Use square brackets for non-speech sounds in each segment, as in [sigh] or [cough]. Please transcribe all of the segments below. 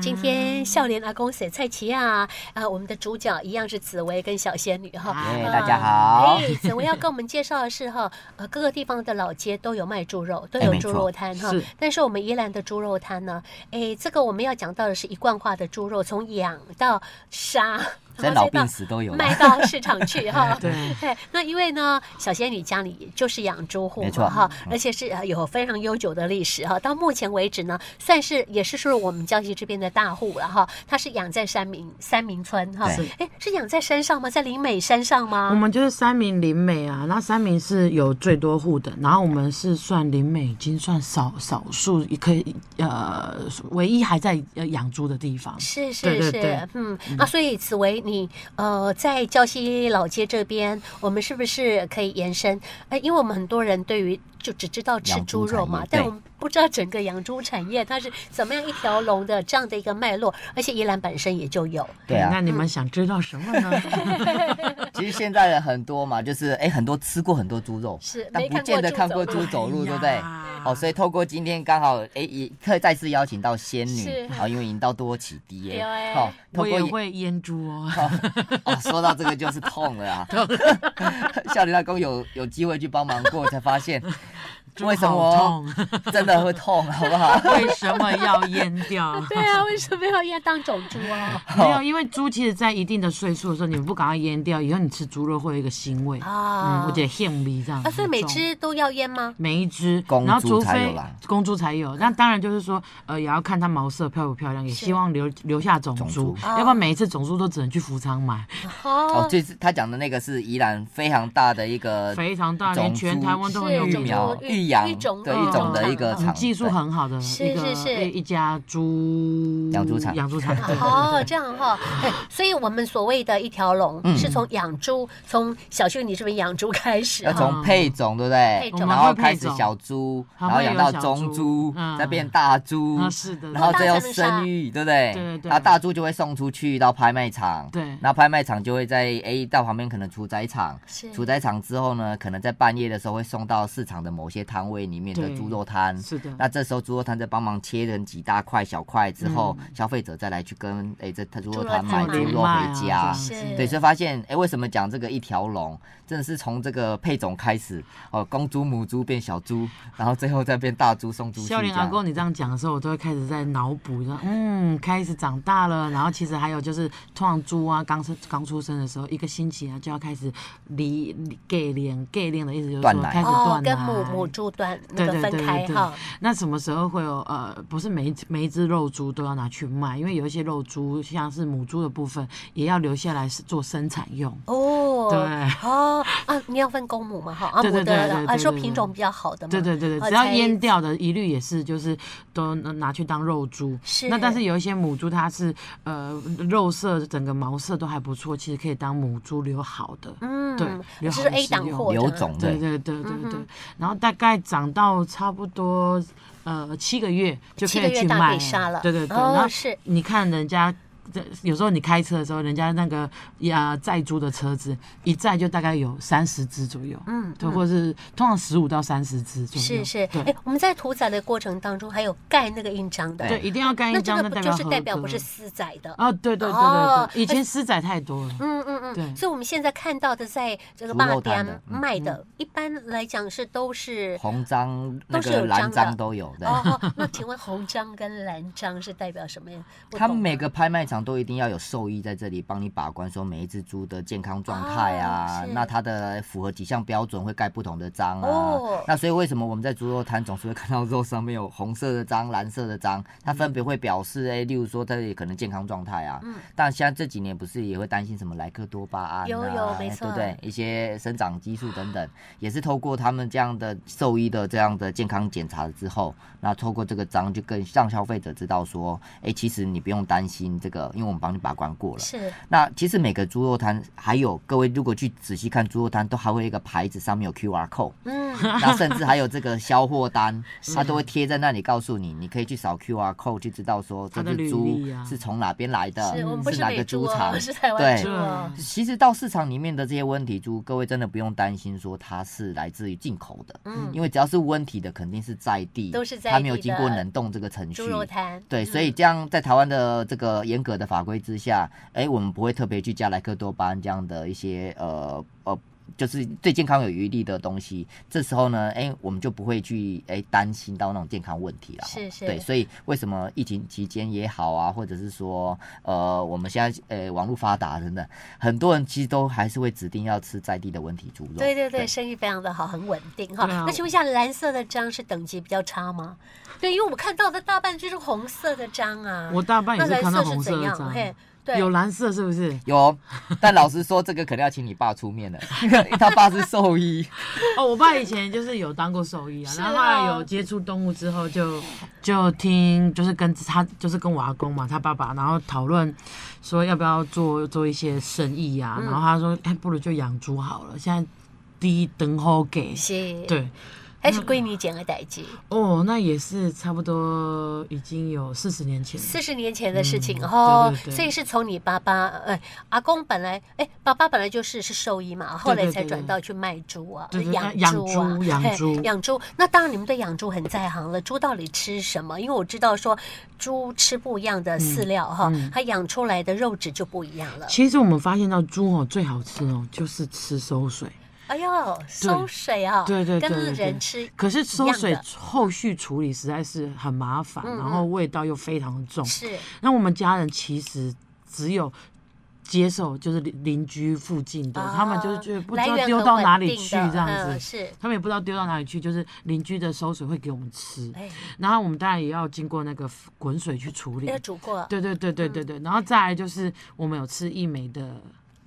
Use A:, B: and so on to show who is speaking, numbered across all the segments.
A: 今
B: 啊
A: 天笑脸阿公写蔡奇亚，啊，我们的主角一样是紫薇跟小仙女哈。
B: 哎，
A: 啊
B: 大家好。
A: 哎，紫薇要跟我们介绍的是哈，呃，各个地方的老街都有卖猪肉，都
B: 哎
A: 有
B: 没
A: 猪
B: 错
A: 肉摊哈。
B: 是
A: 但是我们宜兰的猪肉摊呢，哎，这个我们要讲到的是一贯化的猪肉，从养到杀，
B: 生
A: 然
B: 老
A: 后再到
B: 病死都有啦。
A: 卖到市场去
B: [laughs]
A: 哈。
C: 对，
A: 对，那因为呢，小仙女家里就是养猪户
B: 没
A: 嘛
B: 错
A: 哈，而且是呃有非常悠久的历史哈。到目前为止呢，算是也是说我们江西这边的大户了哈。它是养在三明三明村哈
B: 对，
A: 哎，是养在山上吗？在林美山上
C: 我
A: 吗？
C: 们就是三明林美啊，那三明是有最多户的，然后我们是算林美已经算少少数，也可以呃唯一还在呃养猪的地方。
A: 是是
C: 对
A: 是，
C: 对对
A: 嗯啊，所以紫薇，你呃在胶西老街这边，我们是不是可以延伸？哎，因为我们很多人对于就只知道吃
B: 养
A: 猪
B: 猪
A: 肉
B: 产
A: 嘛
B: 业，
A: 但
B: 对
A: 我们不知道整个养猪产业它是怎么样一条龙的这样的一个脉络，而且宜兰本身也就有，
B: 对啊
C: 那，你们想知道什么呢？
A: 嗯
B: 其实现在人很多嘛，就是哎，很多吃过很多猪肉，
A: 是
B: 但
A: 没
B: 不
A: 看
B: 见
A: 过
B: 得
A: 猪
B: 看
A: 走
B: 过
A: 路
B: [laughs] 猪走路，对不
C: 哎
B: 对
C: 呀？
B: 哦，所以透过今天刚好哎，也特再次邀请到仙
A: 是
B: 女，好，因为引到多起低
A: 对
B: 耶，
A: 哎
B: 哦，透
C: 我
B: 过
C: 也
B: 引
C: 会腌猪哦。 [laughs]
B: 哦，说到这个就是痛了啊！笑林大公有有机会去帮忙过，才发现
C: [laughs] 猪
B: 为什
C: 好
B: 么真的会痛，好不好？
C: 为什么要腌
B: [laughs]
C: 掉？
A: 对啊，为什么要要当种猪啊？
C: 没有，因为猪其实，在一定的岁数的时候，你不赶快腌掉，以后你吃猪肉会有一个腥味，
A: [laughs]
C: 嗯，
A: 啊
C: 我觉得腥味这样。
A: 啊，所以每
C: 很重
A: 只都要腌吗？
C: 每一只，
B: 公
C: 然后
B: 猪
C: 除
B: 才有
C: 非
B: 啦
C: 公猪才有，那当然就是说，呃，也要看它毛色漂不漂亮，也
A: 是
C: 希望留留下种
B: 种
C: 猪
B: 猪，
C: 要不然每一次种猪都只能去福仓买，
B: 哦
A: 哦，
B: 这次他讲的那个是宜兰非常大的一个
C: 非常大，连
B: 种
C: 全
B: 猪
C: 台湾都很有
A: 是
B: 育
A: 种
C: 名，嗯
B: 苗
A: 猪
B: 育养
A: 育种
B: 的
A: 育
B: 一
A: 种
B: 种的一
A: 场
B: 个
A: 啊
B: 厂，
C: 技术
B: 对
C: 很好的
A: 是
C: 一个
A: 是是
C: 一一家猪
B: 养猪场
C: 养猪
A: [laughs]
C: 场，对
A: 哦，这样哈、哎，所以我们所谓的一条龙、
B: 嗯
A: 是从养猪，从小秀你这边养猪开始
B: 要
A: 哈、
B: 啊
C: 嗯
B: 从配种，对不对
A: 配？种
B: 然后开始小猪，
C: 我
B: 然
C: 们
B: 后
C: 会配种
B: 养到中猪
C: 还会有小猪，嗯
B: 再变大猪，
C: 啊是的
B: 然后再要
A: 多大啊才能杀
B: 生育，对不对？
C: 对对对
B: 然后大猪就会送出去到拍卖场，
C: 对
B: 那拍卖场就会在 A 到旁边可能屠宰场
A: 是，
B: 屠宰场之后呢，可能在半夜的时候会送到市场的某些摊位里面的
C: 对
B: 猪肉摊，
C: 是的，
B: 那这时候猪肉摊再帮忙切成几大块小块之后，消费者再来去跟哎这猪肉摊买
A: 猪
B: 猪
A: 肉摊
B: 肉
C: 卖啊
B: 回家
C: 这
A: 样子，
B: 对，所以发现哎为什么讲这个一条龙，真的是从这个配种开始哦，公猪母猪变小猪，然后最后再变大猪送猪去这
C: 笑脸阿
B: 样。
C: 公，你这样讲的时候，我都会开始在脑补，说嗯，开始长大了。然后其实还有就是，通常猪啊，刚生刚出生的时候，一个星期啊就要开始离离 gay 恋 g a 恋的意思就是
B: 断
C: 说
B: 奶
C: 开始
A: 哦
C: 断，奶。
A: 跟母母猪断那
C: 对
A: 个
C: 对对
A: 分开
C: 对对
A: 哈，
C: 那什么时候会有？呃，不是每一只每一只肉猪都要拿去卖，因为有一些肉猪，像是母猪的部分，也要留下来是做生产用。
A: 哦，
C: 对
A: 哦啊，你要分公母嘛哈，啊
C: 对
A: 母
C: 对对
A: 的
C: 对对
A: 啊
C: 对
A: 说
C: 对
A: 品种比较好的嘛，
C: 对对对
A: 啊
C: 对，只要
A: 才
C: 阉掉的，一律也是就是都拿拿去当肉猪。
A: 是
C: 那但是有一些母猪，它是呃肉色整个毛色都还不错，其实可以当母猪留好的。
A: 嗯，
C: 对
A: 就
C: 留
A: 是
C: 好
A: A
C: 使
A: 档
C: 用
A: 货的
B: 留种
C: 对
B: 对，
C: 对对对对。然后大概长到差不多呃七个月就可
A: 七个
C: 以
A: 月
C: 去
A: 大
C: 卖
A: 可以杀了
C: 对对对，
A: 哦
C: 然后
A: 是
C: 你看人家。这有时候你开车的时候，人家那个呀载猪的车子一载就大概有三十只左右，
A: 嗯
C: 对，或者是通常十五到三十只左
A: 是
C: 右，
A: 是，
C: 对
A: 哎，我们在屠宰的过程当中还有盖那个印章的，
C: 对，一定要干
A: 哎那
C: 一
A: 这
C: 张，
A: 个不就是
C: 合
A: 代表
C: 格
A: 不是私宰的？
C: 啊？对对对
A: 哦
C: 对对，以前私宰太多了，
A: 嗯嗯嗯，
C: 对
A: 所以我们现在看到的，在这个
B: 猪
A: 霸
B: 肉摊
A: 店
B: 的嗯
A: 卖
C: 嗯
A: 的，一般来讲是都是。
B: 红章
A: 都
B: 那
A: 是有
B: 个蓝
A: 章的
B: 章都有对。
A: 哦，哦那请问红章跟蓝章是代表什么呀？不
B: 他
A: 同
B: 们每
A: 吗
B: 个拍卖场都一定要有兽医在这里帮你把关，说每一只猪的健康状态啊，
A: 哦是
B: 那它的符合几项标准会盖不同的章啊。
A: 哦
B: 那所以为什么我们在猪肉摊总是会看到肉上面有红色的章、蓝色的章，它分别会表示，哎、例如说它也可能健康状态啊。
A: 嗯。
B: 但现在这几年不是也会担心什么莱克多巴胺、啊，
A: 有有没错
B: 对不对？一些生长激素等等，也是透过他们这样的兽医的这样的健康检查之后，那透过这个章就更让消费者知道说，哎、其实你不用担心这个，因为我们帮你把关过了。
A: 是
B: 那其实每个猪肉摊，还有各位如果去仔细看猪肉摊，都还会有一个牌子，上面有 QR
C: [laughs]
B: code，
A: 嗯，
B: 那甚至还有这个销货单，它都会贴在那里告诉你，你可以去扫 QR code 去知道说
C: 它
B: 这
C: 的
B: 只
C: 履
B: 猪
C: 历啊
B: 是从哪边来的
A: 是我们不，是
B: 哪
A: 美
B: 个
A: 猪
B: 猪
A: 哦，
B: 场
A: [laughs] 我们，是台湾
B: 对
A: 猪哦，
B: 其实到市场里面的这些温体猪，各位真的不用担心说它是来自于进口的，
A: 嗯，
B: 因为只要是温体的，肯定是在地，
A: 都是在
B: 它没有
A: 地
B: 经
A: 的
B: 过冷冻这个程序
A: 猪。肉摊，
B: 对，所以这样在台湾的这个严格的法规之下，哎、我们不会特别去加莱克多巴胺这样的一些呃呃，就是对健康有余力的东西。这时候呢，哎、我们就不会去哎担、心到那种健康问题了。
A: 是是
B: 对，所以为什么疫情期间也好啊，或者是说呃，我们现在呃网络发达等等，很多人其实都还是会指定要吃在地的温体猪肉。
A: 对对对，生意非常的好，很稳定哈。
C: 对啊
A: 那请问一下，蓝色的章是等级比较差吗？对，因为我们看到的大半就是红色的章啊。
C: 我大半也
A: 那
C: 是
A: 蓝
C: 看到
A: 色
C: 红
A: 是
C: 色
A: 怎
C: 的
A: 样？
C: 章，
A: 嘿，对，
C: 有蓝色是不是？
B: 有，但老实说，这个可能要请你爸出面了，因为他爸是兽医。
C: 哦，我爸以前就是有当过兽医啊，
A: 是
C: 然后后来
A: 哦
C: 有接触动物之后就，就听就是跟他就是跟我阿公嘛，他爸爸，然后讨论说要不要做做一些生意啊，
A: 嗯
C: 然后他说，哎，不如就养猪好了，现在低等候给，
A: 是，，
C: 对，
A: 还是归你捡个代际。
C: 哦，那也是差不多已经有四十年前了，
A: 四十年前的事情、
C: 嗯
A: 哦
C: 对，对对
A: 所以是从你爸爸，呃，阿公本来，哎，爸爸本来就是是兽医嘛，后来才转到去卖猪啊，
C: 对对对
A: 养
C: 养
A: 猪啊，
C: 猪养
A: 嘿
C: 猪
A: 养猪。那当然，你们对养猪很在行了，猪到底吃什么？因为我知道说猪吃不一样的饲料哈，
C: 嗯
A: 它养出来的肉质就不一样了。
C: 其实我们发现到猪哦最好吃哦就是吃馊水，
A: 哎呦，馊水啊，
C: 对对对对
A: 跟
C: 对
A: 人吃，
C: 可是馊
A: 一
C: 水
A: 样
C: 后续处理实在是很麻烦，
A: 嗯
C: 然后味道又非常重。
A: 是
C: 那我们家人其实只有接受就是邻邻居附近的，他们就是觉得不知
A: 啊来
C: 道
A: 源
C: 丢
A: 啊很
C: 到
A: 稳
C: 哪里
A: 定
C: 去
A: 的
C: 这样
A: 嗯
C: 子。
A: 是，
C: 他们也不知道丢到哪里去，就是邻居的馊水会给我们吃，
A: 哎，
C: 然后我们当然也要经过那个滚水去处理
A: 要。煮过。
C: 对对对对对对，然后再来就是我们有吃一美的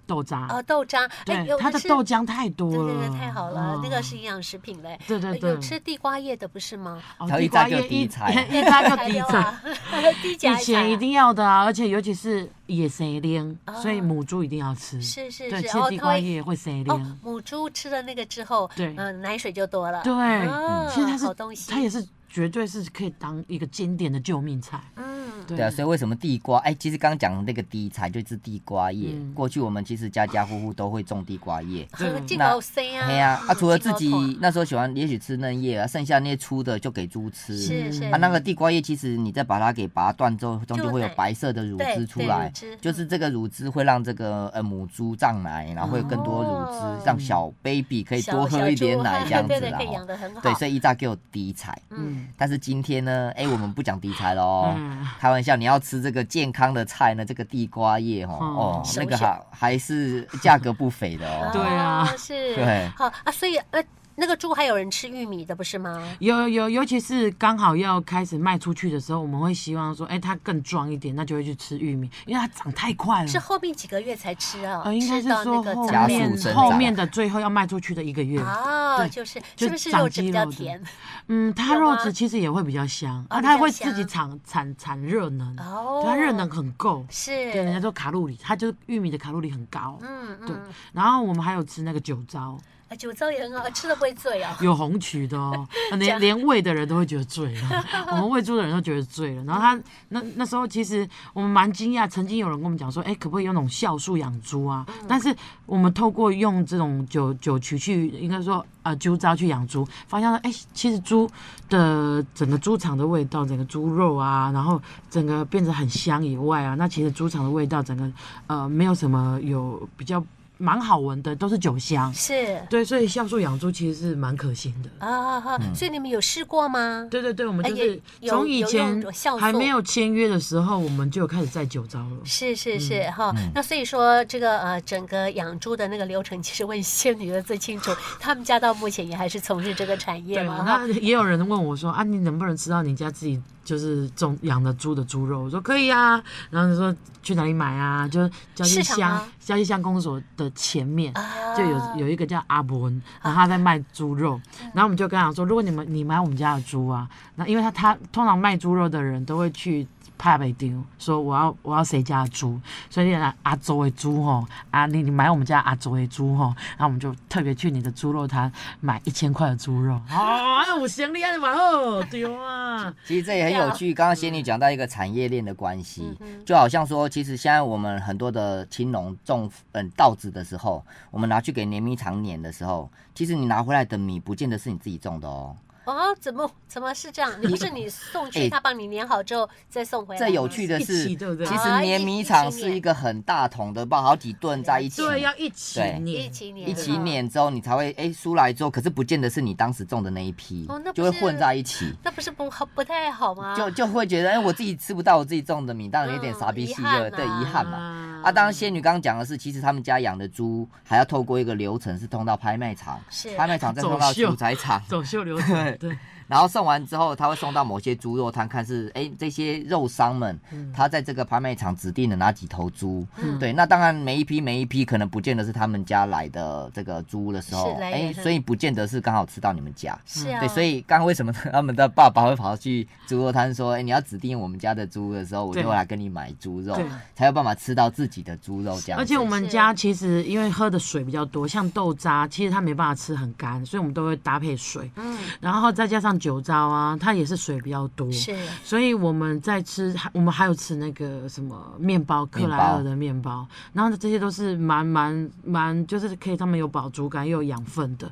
C: 豆渣，
A: 哦，豆渣，哎
C: 对，
A: 有，
C: 它的
A: 是
C: 豆浆太多
A: 对
C: 了，
A: 对对，太好了，那个
C: 嗯
A: 是营养食品嘞。
C: 对对
A: 呃
C: 对
A: 有吃地瓜叶的不是
C: [laughs]
A: 吗？
C: 哦
B: 它一
C: 地瓜
B: 炸就
C: 叶
B: 低
C: 一 [laughs]
B: 菜
C: 一炸就
A: 还
C: 低
A: 有
C: 菜。
A: [laughs] 啊，低
C: 以
A: 甲
C: 前一定要的啊，而且尤其是野生链，
A: 啊
C: 所以母猪一定要吃。
A: 是是
C: 对，
A: 是，
C: 吃
A: 哦，
C: 地
A: 它
C: 瓜
A: 会
C: 叶会生
A: 哦
C: 链。，
A: 母猪吃了那个之后，
C: 对
A: 嗯，奶水就多了。
C: 对嗯
A: 哦
C: 其实它
A: 好
C: 是
A: 东西，
C: 它也是绝对是可以当一个经典的救命菜。
A: 嗯，
C: 对
B: 对啊，所以为什么地瓜？哎、其实刚刚讲的那个地菜就是地瓜叶。
C: 嗯
B: 过去我们其实家家户户都会种地瓜叶。
A: 喝
C: 对
A: 进
B: 那
A: 口 C 啊，
B: 哎呀、啊，
A: 嗯
B: 除了
A: 进
B: 自
A: 口
B: 己
A: 桶
B: 那时候喜欢，也许吃嫩叶啊，剩下那些粗的就给猪吃。
A: 是是
B: 啊，那个地瓜叶，其实你再把它给拔断之后，中
A: 就
B: 就会有
A: 奶
B: 白色的乳
A: 对
B: 汁出
A: 对
B: 来
A: 乳汁，
B: 就是这个乳汁会让这个呃母猪胀奶，然后会有更多乳汁，
A: 哦
B: 让小 baby 可以
A: 小
B: 多
A: 小
B: 喝一点
A: 猪 [laughs]
B: 奶
A: 嘿
B: 这样子
A: 对对，
B: 啦
A: 可以
B: 吼
A: 养得很好。
B: 对，所以一炸给我低彩。
A: 嗯，
B: 但是今天呢，哎、我们不讲低菜喽，
C: 嗯
B: 开玩笑，你要吃这个健康的菜呢，这个地瓜叶哦，
C: 嗯
B: 哦，
A: 首
B: 那个
A: 选
B: 还还是价格不菲的
A: [laughs]
C: [laughs]
B: 哦。
C: 对啊
A: 哦是，
B: [laughs] 对
A: 好啊，所以呃，那个猪还有人吃玉米的不是
B: 嗯
A: 吗？
C: 有有有，尤其是刚好要开始卖出去的时候，我们会希望说，哎，它更壮一点，那就会去吃玉米，因为它长太快了。
A: 是后面几个月才吃啊？
C: 呃，应该
A: 吃
C: 是
A: 到那
C: 说
A: 个
C: 后
A: 长
B: 加
A: 面
B: 速生
C: 面后
B: 长
C: 面的最后要卖出去的一个月，
A: 哦，
C: 对
A: 就是
C: 就是
A: 不是
C: 长
A: 肉质
C: 肌
A: 比较
C: 肉的
A: 甜？
C: 嗯，它
A: 有
C: 肉
A: 吗
C: 质其实也会比较香，
A: 哦
C: 啊，
A: 比
C: 它
A: 较
C: 会自己
A: 香
C: 产产产热能，
A: 哦
C: 对，它热能很够，
A: 是，啊
C: 对，人家说卡路里，它就是玉米的卡路里很高，
A: 嗯
C: 对
A: 嗯，。
C: 然后我们还有吃那个酒糟，
A: 啊酒糟也很好，吃了不会醉哦。
C: 有红曲的哦，连连喂的人都会觉得醉了，我们喂猪的人都觉得醉了。然后他那那时候其实我们蛮惊讶，曾经有人跟我们讲说，哎，可不可以用那种酵素养猪啊？但是我们透过用这种酒酒曲去，应该说呃酒糟去养猪，发现了哎，其实猪的整个猪场的味道，整个猪肉啊，然后整个变得很香以外啊，那其实猪场的味道整个呃没有什么有比较蛮好闻的，都是酒香。
A: 是
C: 对，所以酵素养猪其实是蛮可行的。
A: 啊，哈所以你们有试过吗？
C: 嗯对对对，我们
A: 哎
C: 就是
A: 也有
C: 从以前
A: 有用酵素
C: 还没有签约的时候，我们就有开始在酒糟了。
A: 是是是
C: 嗯
A: 哈，那所以说这个呃，整个养猪的那个流程，其实问仙女儿最清楚。他们家到目前也还是从事这个产业
C: 对
A: 嘛
C: 啊，
A: 哈
C: 那。也有人问我说啊，你能不能吃到你家自己就是种养的猪的猪肉？我说可以啊，然后你说去哪里买啊？就是交际
A: 市场
C: 乡
A: 吗
C: 交际乡公所的前面，
A: 啊，嗯
C: 就有有一个叫阿伯恩，然后他在卖猪肉，然后我们就跟他说，如果你们你买我们家的猪啊，那因为他他通常卖猪肉的人都会去。怕被丢，说我要我要谁家的猪，所以呢阿周的猪吼，啊你你买我们家阿周的猪吼，然后我们就特别去你的猪肉摊买一千块的猪
A: [laughs]
C: 肉，哦，哎有行李啊，完哦，丢啊，
B: 其实这也很有趣。刚刚仙女讲到一个产业链的关系，就好像说，其实现在我们很多的青农种嗯稻子的时候，我们拿去给碾米厂碾的时候，其实你拿回来的米不见得是你自己种的哦。
A: 哦，怎么怎么是这样？你不是你送去，
B: 哎
A: 他帮你粘好之后再送回来吗？
B: 这有趣的
C: 一
B: 是，
C: 起对不对
B: 其实
A: 啊
B: 碾
A: 一
B: 米
A: 一起
B: 厂
A: 碾
B: 是一个很大桶的，包好几吨在一起。
C: 对，要一起
B: 对
A: 一
C: 念，
A: 起啊碾，
B: 一起。碾之后，你才会哎出来之后，可是不见得是你当时种的那一批，
A: 哦那不
B: 就会
A: 是
B: 混在一起，
A: 那不是不好不太好吗？
B: 就就会觉得哎、我自己吃不到我自己种的米，当然有点
A: 嗯
B: 傻逼
A: 遗
B: 气
A: 憾
B: 热，对，遗
A: 啊
B: 憾嘛。啊，当然，仙女刚刚讲的是，其实他们家养的猪还要透过一个流程，是通到拍卖场，
A: 是
B: 拍卖场再送到
C: 走秀
B: 屠宰场，
C: 走秀流
B: [laughs]
C: 程，对，
B: 然后送完之后，他会送到某些猪肉摊，看是哎这些肉商们，他在这个拍卖场指定了哪几头猪。
A: 嗯
B: 对，那当然每一批每一批可能不见得是他们家来的这个猪的时候
A: 是，来
B: 哎，
A: 源的
B: 所以不见得是刚好吃到你们家。
A: 是
C: 嗯
A: 啊，
B: 对，所以刚刚为什么他们的爸爸会跑去猪肉摊说：“哎、你要指定我们家的猪的时候，我
C: 对
B: 就来跟你买猪肉
C: 对，
B: 才有办法吃到自己的猪肉。”这样子，
C: 而且我们
A: 是
C: 家其实因为喝的水比较多，像豆渣，其实它没办法吃很干，所以我们都会搭配水，
A: 嗯
C: 然后再加上酒糟啊，它也是水比较多，
A: 是
C: 所以我们在吃，还我们还有吃那个什么面包，克莱尔的面包，然后这些都是蛮蛮蛮，就是可以他们有饱足感又有养分的。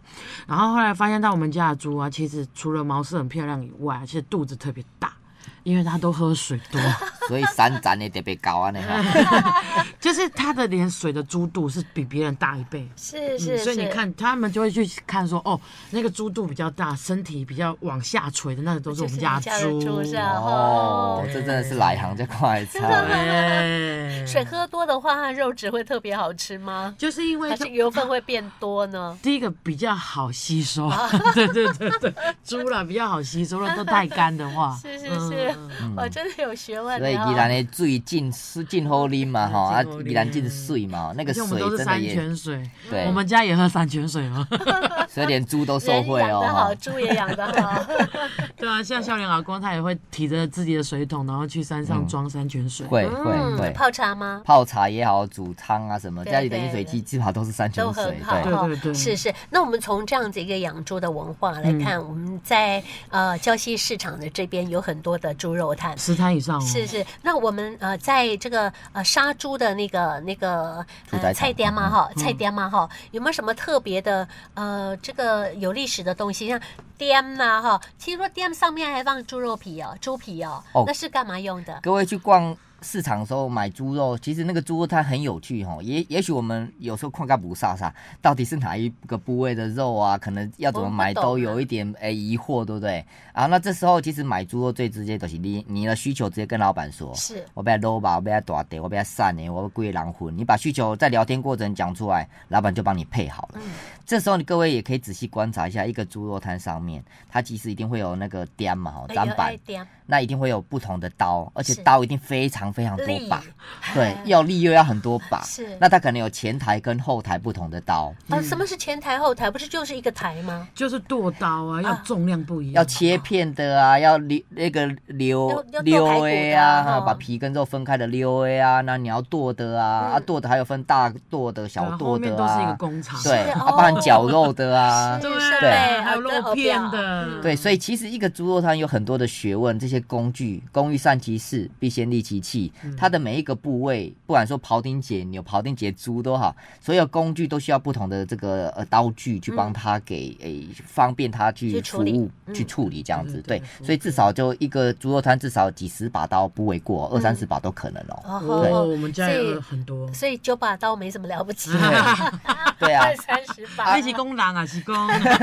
C: 然后后来发现到我们家的猪啊，其实除了毛色很漂亮以外，其实肚子特别大，因为它都喝水多，
B: 所以三展也特别高啊，那哈。
C: 就是它的连水的猪肚是比别人大一倍。
A: 是
C: 嗯
A: 是，
C: 所以你
A: 是
C: 看，他们就会去看说，哦，那个猪肚比较大，身体比较往下垂的，那个都是我
A: 就是
C: 们
A: 你
C: 家
A: 家
C: 的
A: 的
C: 猪。
A: 猪是啊，
B: 哦
A: 哦，，
B: 这真的是来行就快餐。
C: 对，
A: 水喝多的话，肉质会特别好吃吗？
C: 哎就是因为
A: 还
C: 它
A: 是油分会变多
C: [laughs]
A: 呢？
C: 第一个比较好吸收，
A: 啊
C: [laughs] 对对对对，猪啦比较好吸收，如果都太干的话，
A: [laughs] 是是
C: 嗯
A: 是，我真的有学问
B: 所以
A: 的
B: 宜兰
A: 哦。
B: 的水进是进后林嘛吼，啊
C: 进后，林
B: 宜兰进水嘛，吼那个
C: 而且我们
B: 水
C: 都是
B: 真的
C: 山
B: 也，
C: 泉水，
B: 对
C: 我们家也喝山泉水哦。
B: 所以连猪都受
A: 人
B: 贿
A: 养
B: 哦。
A: 得好，
B: 吼
A: 猪也养得好，
C: [laughs] 对啊，像笑脸阿公他也会提着自己的水桶，然后去山上装山泉水。
B: 会会
A: 嗯，
B: 会，
A: 泡茶吗？
B: 泡茶也好，煮汤啊什么，
A: 对
B: 家里的饮水机基本上都是山泉
A: 都
B: 水，
A: 很好
B: 对。
A: 哈
C: 对对，对
A: 是是。那我们从这样子一个养猪的文化
C: 嗯
A: 来看，我们在呃胶西市场的这边有很多的猪肉摊。
C: 十摊以上哦，
A: 是是，那我们呃，在这个呃杀猪的那个那个
B: 屠宰
A: 呃
B: 场嗯
A: 菜店嘛哈，菜店嘛哈，有没有什么特别的呃这个有历史的东西，像颠呐哈？听说颠上面还放猪肉皮哦，猪皮哦，
B: 哦
A: 那是干嘛用的？
B: 各位去逛市场的时候买猪肉，其实那个猪肉它很有趣哦。也也许我们有时候看个不飒飒，到底是哪一个部位的肉啊？可能要怎么买
A: 我们不懂啊
B: 都有一点诶、疑惑，对不对？啊，那这时候其实买猪肉最直接就是你你的需求直接跟老板说，
A: 是
B: 我不要 low 吧，我不要大点，我不要散呢，我要贵狼魂。你把需求在聊天过程讲出来，老板就帮你配好了。
A: 嗯
B: 这时候你各位也可以仔细观察一下，一个猪肉摊上面，它其实一定会有那个颠嘛，吼，
A: 哎
B: 砧
A: 呦
B: 板
A: 哎。颠
B: 那一定会有不同的刀，而且
A: 是
B: 刀一定非常非常多
A: 利
B: 把，
A: [laughs]
B: 对，要利又要很多把。
A: 是
B: 那它可能有前台跟后台不同的刀，
A: 啊？
C: 嗯
A: 什么是前台后台？不是就是一个台吗？
C: 就是剁刀啊，要重量不一样，
B: 要切片的啊，要溜那个
A: 要
B: 溜
A: 要剁排
B: 溜
A: 骨
B: A
A: 的啊
B: 啊，
A: 哦
B: 把皮跟肉分开的溜 A 啊，那你要剁的啊，
A: 嗯
B: 啊剁的还有分大剁
C: 对
B: 的、
C: 啊，
B: 小
C: 后
B: 剁
C: 面
B: 的
C: 都是一个
B: 啊，
C: 工厂，
B: 对，
A: 是
B: 啊，
A: 哦
B: 包含绞肉的啊，
A: [laughs] 是哦
C: 对
A: 对啊
C: 还有肉片的，
A: 嗯
B: 对，所以其实一个猪肉摊有很多的学问，这些工具，工欲善其事，必先利其器。
A: 嗯
B: 它的每一个部位，不管说庖丁解牛、庖丁解猪都好，所有工具都需要不同的这个呃刀具去帮它给诶、方便它
A: 嗯
B: 去
A: 去
B: 服
A: 处
B: 务、
A: 理嗯
B: 去处理这样子。
C: 对对
B: 对
C: 对，服务
B: 所以至少就一个猪肉摊至少几十把刀不为过，二
A: 嗯
B: 三十把都可能哦。
A: 哦吼
C: 哦，我们家
A: 所
C: 也
A: 以
C: 有很多。
A: 所以九把刀没什么了不起，
B: 对啊
A: [laughs] 二三十把，
C: 一起工人啊，是工， [laughs]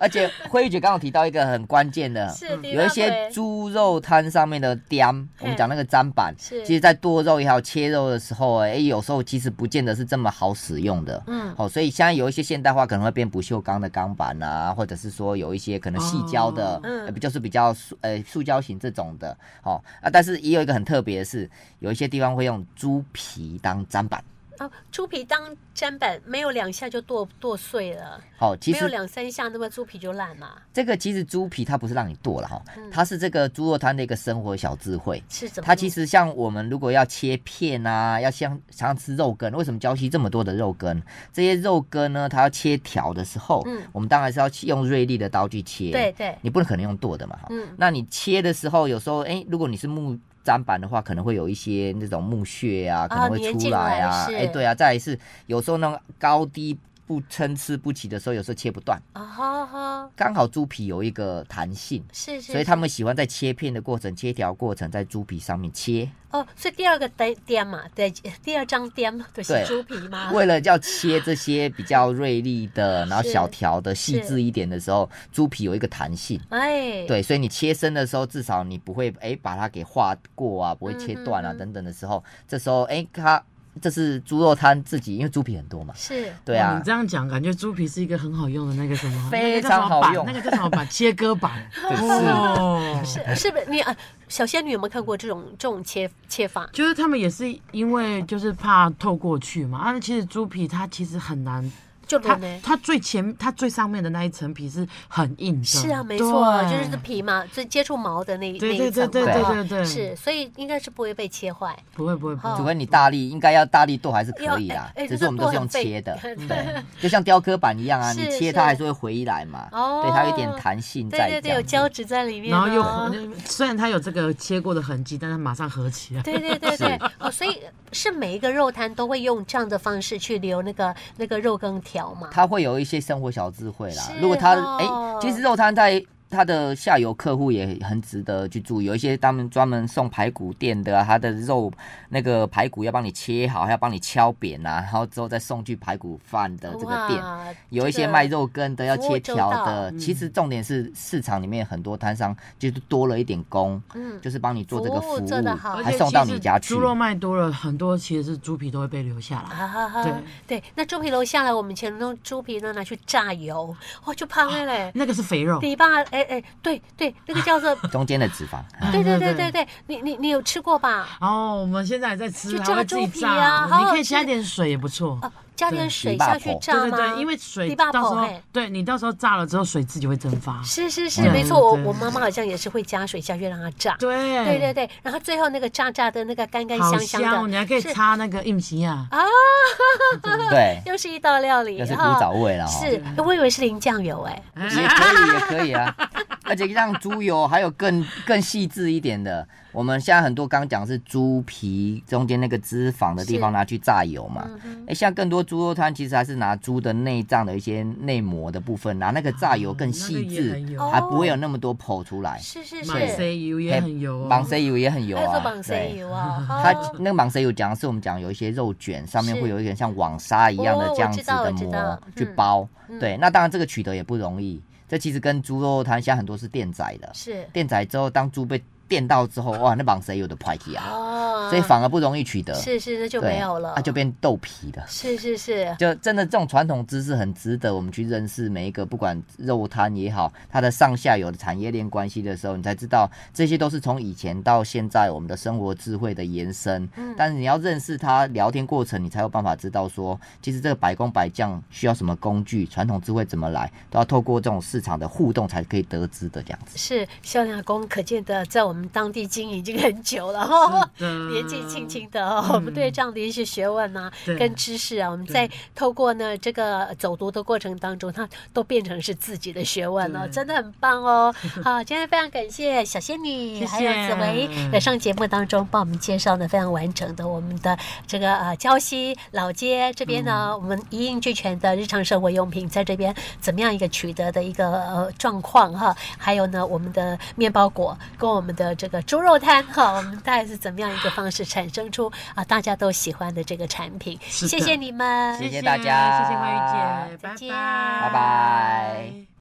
B: 而且慧玉姐刚刚有提到一个很关
A: [laughs]
B: 键的，
A: 是
B: 嗯
A: 啊
B: 有一些，猪肉摊上面的颠，我们讲那个砧板，
A: 是
B: 其实在剁肉也好、切肉的时候，哎、有时候其实不见得是这么好使用的。
A: 嗯，
B: 哦，所以现在有一些现代化可能会变不锈钢的钢板啊，或者是说有一些可能细胶的
C: 哦，
A: 嗯
B: 呃比就是比较塑呃塑胶型这种的。哦啊，但是也有一个很特别的是，有一些地方会用猪皮当砧板。
A: 哦，猪皮当砧板没有两下就剁剁碎了，
B: 好，哦其
A: 没有
B: 实
A: 两三下，那么猪皮就烂嘛？
B: 这个其实猪皮它不是让你剁了哈，
A: 嗯
B: 它是这个猪肉摊的一个生活小智慧。
A: 是怎么弄？
B: 它其实像我们如果要切片啊，要像想要吃肉羹，为什么礁溪这么多的肉羹？这些肉羹呢，它要切条的时候，
A: 嗯
B: 我们当然是要去用锐利的刀去切，
A: 对，对，
B: 你不可能用剁的嘛，哈、
A: 嗯
B: 那你切的时候，有时候哎、诶如果你是木砧板的话，可能会有一些那种木屑啊，可能会
A: 粘
B: 出
A: 进
B: 来啊
A: 来，是
B: 哎、对啊，再来是有时候那种高低不参差不齐的时候，有时候切不断，
A: 啊哈哈，
B: 刚好猪皮有一个弹性。
A: 是是。
B: 所以
A: 是
B: 他们喜欢在切片的过程、切条过程，在猪皮上面切。
A: 哦，所以第二个点点嘛，对，第二张点就是
B: 对
A: 猪皮嘛。
B: 为了要切这些比较锐利的，然后
A: 是
B: 小条的、细
A: 是
B: 致一点的时候，猪皮有一个弹性。
A: 哎，
B: 对，所以你切生的时候，至少你不会哎、把它给划过啊，不会切断
A: 嗯
B: 啊、
A: 嗯嗯
B: 等等的时候，这时候哎、它这是猪肉摊自己，因为猪皮很多嘛，
A: 是
B: 对
C: 哇
A: [laughs]
B: 啊
C: 你，这样讲，感觉猪皮是一个很好用的那个什么，
B: 非常好用
C: 那个叫什么板那个叫什么板？切割板。
B: 对是
C: 哦，
A: 是是不是你啊？小仙女有没有看过这种这种切切法？
C: 就是他们也是因为就是怕透过去嘛，啊，其实猪皮它其实很难，
A: 就
C: 它
A: 轮
C: 嗯
A: 呢？
C: 它最前它最上面的那一层皮是很硬的，
A: 是啊，没错，
C: 对
A: 就是皮嘛，最接触毛的那一那
C: 对
A: 一
C: 对对
A: 层
C: 对
A: 嘛
C: 对
A: 哈
C: 对对，
A: 是，所以应该是不会被切坏。
C: 不会不会不
A: 哦
C: 会，
B: 除非你大力，应该要大力剁还是
A: 要
B: 可以啦
A: 哎哎，
B: 只
A: 这
B: 是
A: 个
B: 我们都
A: 剁
B: 是用
A: [laughs] 很费，
B: 切的对，就像雕刻板一样啊，你
A: 是
B: 切它还
A: 是
B: 是会回来嘛，
A: 哦
B: 对，它有一点弹性
A: 对
B: 在，
A: 对
B: 这
A: 对，有
B: 样
A: 胶
B: 子。
A: 质在里面
C: 然
A: 啊，
C: 后又虽然它有这个切过的痕迹，但它马上合起来。
A: 对对对对
B: 是，
A: 哦，所以是每一个肉摊都会用这样的方式去留那个那个肉羹条嘛？
B: 它会有一些生活小智慧啦
A: 是。
B: 如果它哎、
A: 哦
B: 其实肉摊在它的下游客户也很值得去注意，有一些他们专门送排骨店的、啊，它的肉那个排骨要帮你切好，还要帮你敲扁啊，然后之后再送去排骨饭的这个店。
A: 哇
B: 有一些
A: 啊这个
B: 卖肉羹的，要
A: 服务嗯
B: 切条
A: 周
B: 的。其实重点是市场里面很多摊商就是多了一点工，
A: 嗯，
B: 就是帮你做这个
A: 服
B: 服
A: 务
B: 务
A: 做得好，
B: 还送到你家去
C: 猪。肉卖多了，很多其实是猪皮都会被留下来。
A: 啊哈哈，对，那猪皮留下来，我们以前弄猪皮呢拿去榨油，哦，就胖了嘞。
C: 那个是肥肉，
A: 你爸，哎哎，对对，那个叫
C: [laughs]
A: 做，
B: 中间的脂肪，
A: 对对对对对，你你你有吃过吧？
C: 然后哦我们现在还在吃，
A: 就
C: 还
A: 炸
C: 会自己
A: 猪皮
C: 炸，
A: 啊好好
C: 你可以
A: 吃
C: 加点水也不错。
A: 哦，加点
C: 对
A: 水
B: 篱笆
A: 下去
B: 头
A: 榨
C: 对对
A: 吗？
C: 对，因为水
A: 篱笆
C: 到时
A: 头
C: 候
A: 嘿
C: 对你到时候炸了之后，水自己会蒸发。
A: 是是是，
B: 嗯
A: 没错，我
C: 对
A: 我妈妈好像也是会加水下去让它炸。
C: 对
A: 对对对，然后最后那个炸炸的那个干干
C: 好
A: 香香的，
C: 哦你还可以
A: 是
C: 擦那个硬皮啊。
A: [laughs]
B: 对，
A: 又是一道料理，
B: 那是古
A: 哈
B: 早味了哈。
A: 是，我以为是淋酱油哎，
B: 也可以，也可以啊。 [laughs] 而且让猪油还有更更细致一点的，我们现在很多刚讲是猪皮中间那个脂肪的地方
A: 是
B: 拿去榨油嘛。
A: 嗯哼
B: 哎、现在更多猪肉摊其实还是拿猪的内脏的一些内膜的部分，拿那个榨油更细
C: 那个也
B: 致
C: 很，
A: 哦
C: 油，
B: 还不会有那么多剖出来。
A: 是是
C: 马
A: 是，
C: 塞油也很油哦，
B: 蟒蛇油也很油
A: 还有做
B: 啊，
A: 绑塞
B: 对。
A: 油啊，
B: 它
A: 哦
B: 那个蟒蛇油讲的是我们讲有一些肉卷上面
A: 是
B: 会有一点像网纱一样的
A: 哦
B: 这样
A: 我知
B: 子
A: 道
B: 的
A: 我知
B: 膜
A: 道
B: 去
A: 嗯
B: 包，对。那当然这个取得也不容易，这其实跟猪肉摊现在很多是电宰的，
A: 是
B: 电宰之后，当猪被电到之后，哇，那绑谁有的派去啊，
A: 哦，
B: 所以反而不容易取得，
A: 是是那就
B: 对
A: 没有了，
B: 啊，就变豆皮了。
A: 是是是，
B: 就真的这种传统知识很值得我们去认识每一个，不管肉摊也好，它的上下游的产业链关系的时候，你才知道这些都是从以前到现在我们的生活智慧的延伸。但是你要认识它聊天过程，你才有办法知道说，其实这个百工百匠需要什么工具，传统智慧怎么来，都要透过这种市场的互动才可以得知的这样子。
A: 是肖亮公，可见的在我们当地经营已经很久了哦。
C: 是
A: [laughs]
C: 的
A: 年纪轻轻的
B: 嗯
A: 哦，我们对这样的一些学问啊，
C: 对
A: 跟知识啊，我们在透过呢这个走读的过程当中，它都变成是自己的学问了，
C: 对
A: 真的很棒哦。好，今天非常感谢小仙女
C: 谢谢
A: 还有紫薇来上节目当中，帮我们介绍的非常完整的我们的这个呃礁溪老街这边呢，
C: 嗯
A: 我们一应俱全的日常生活用品在这边怎么样一个取得的一个呃状况哈，还有呢我们的面包果跟我们的这个猪肉摊哈，我们大概是怎么样一个方式产生出啊、大家都喜欢的这个产品？
C: 是的
A: 谢谢你们，
B: 谢谢大家
C: 谢谢慧玉姐，
A: 再见
C: 拜
B: 拜拜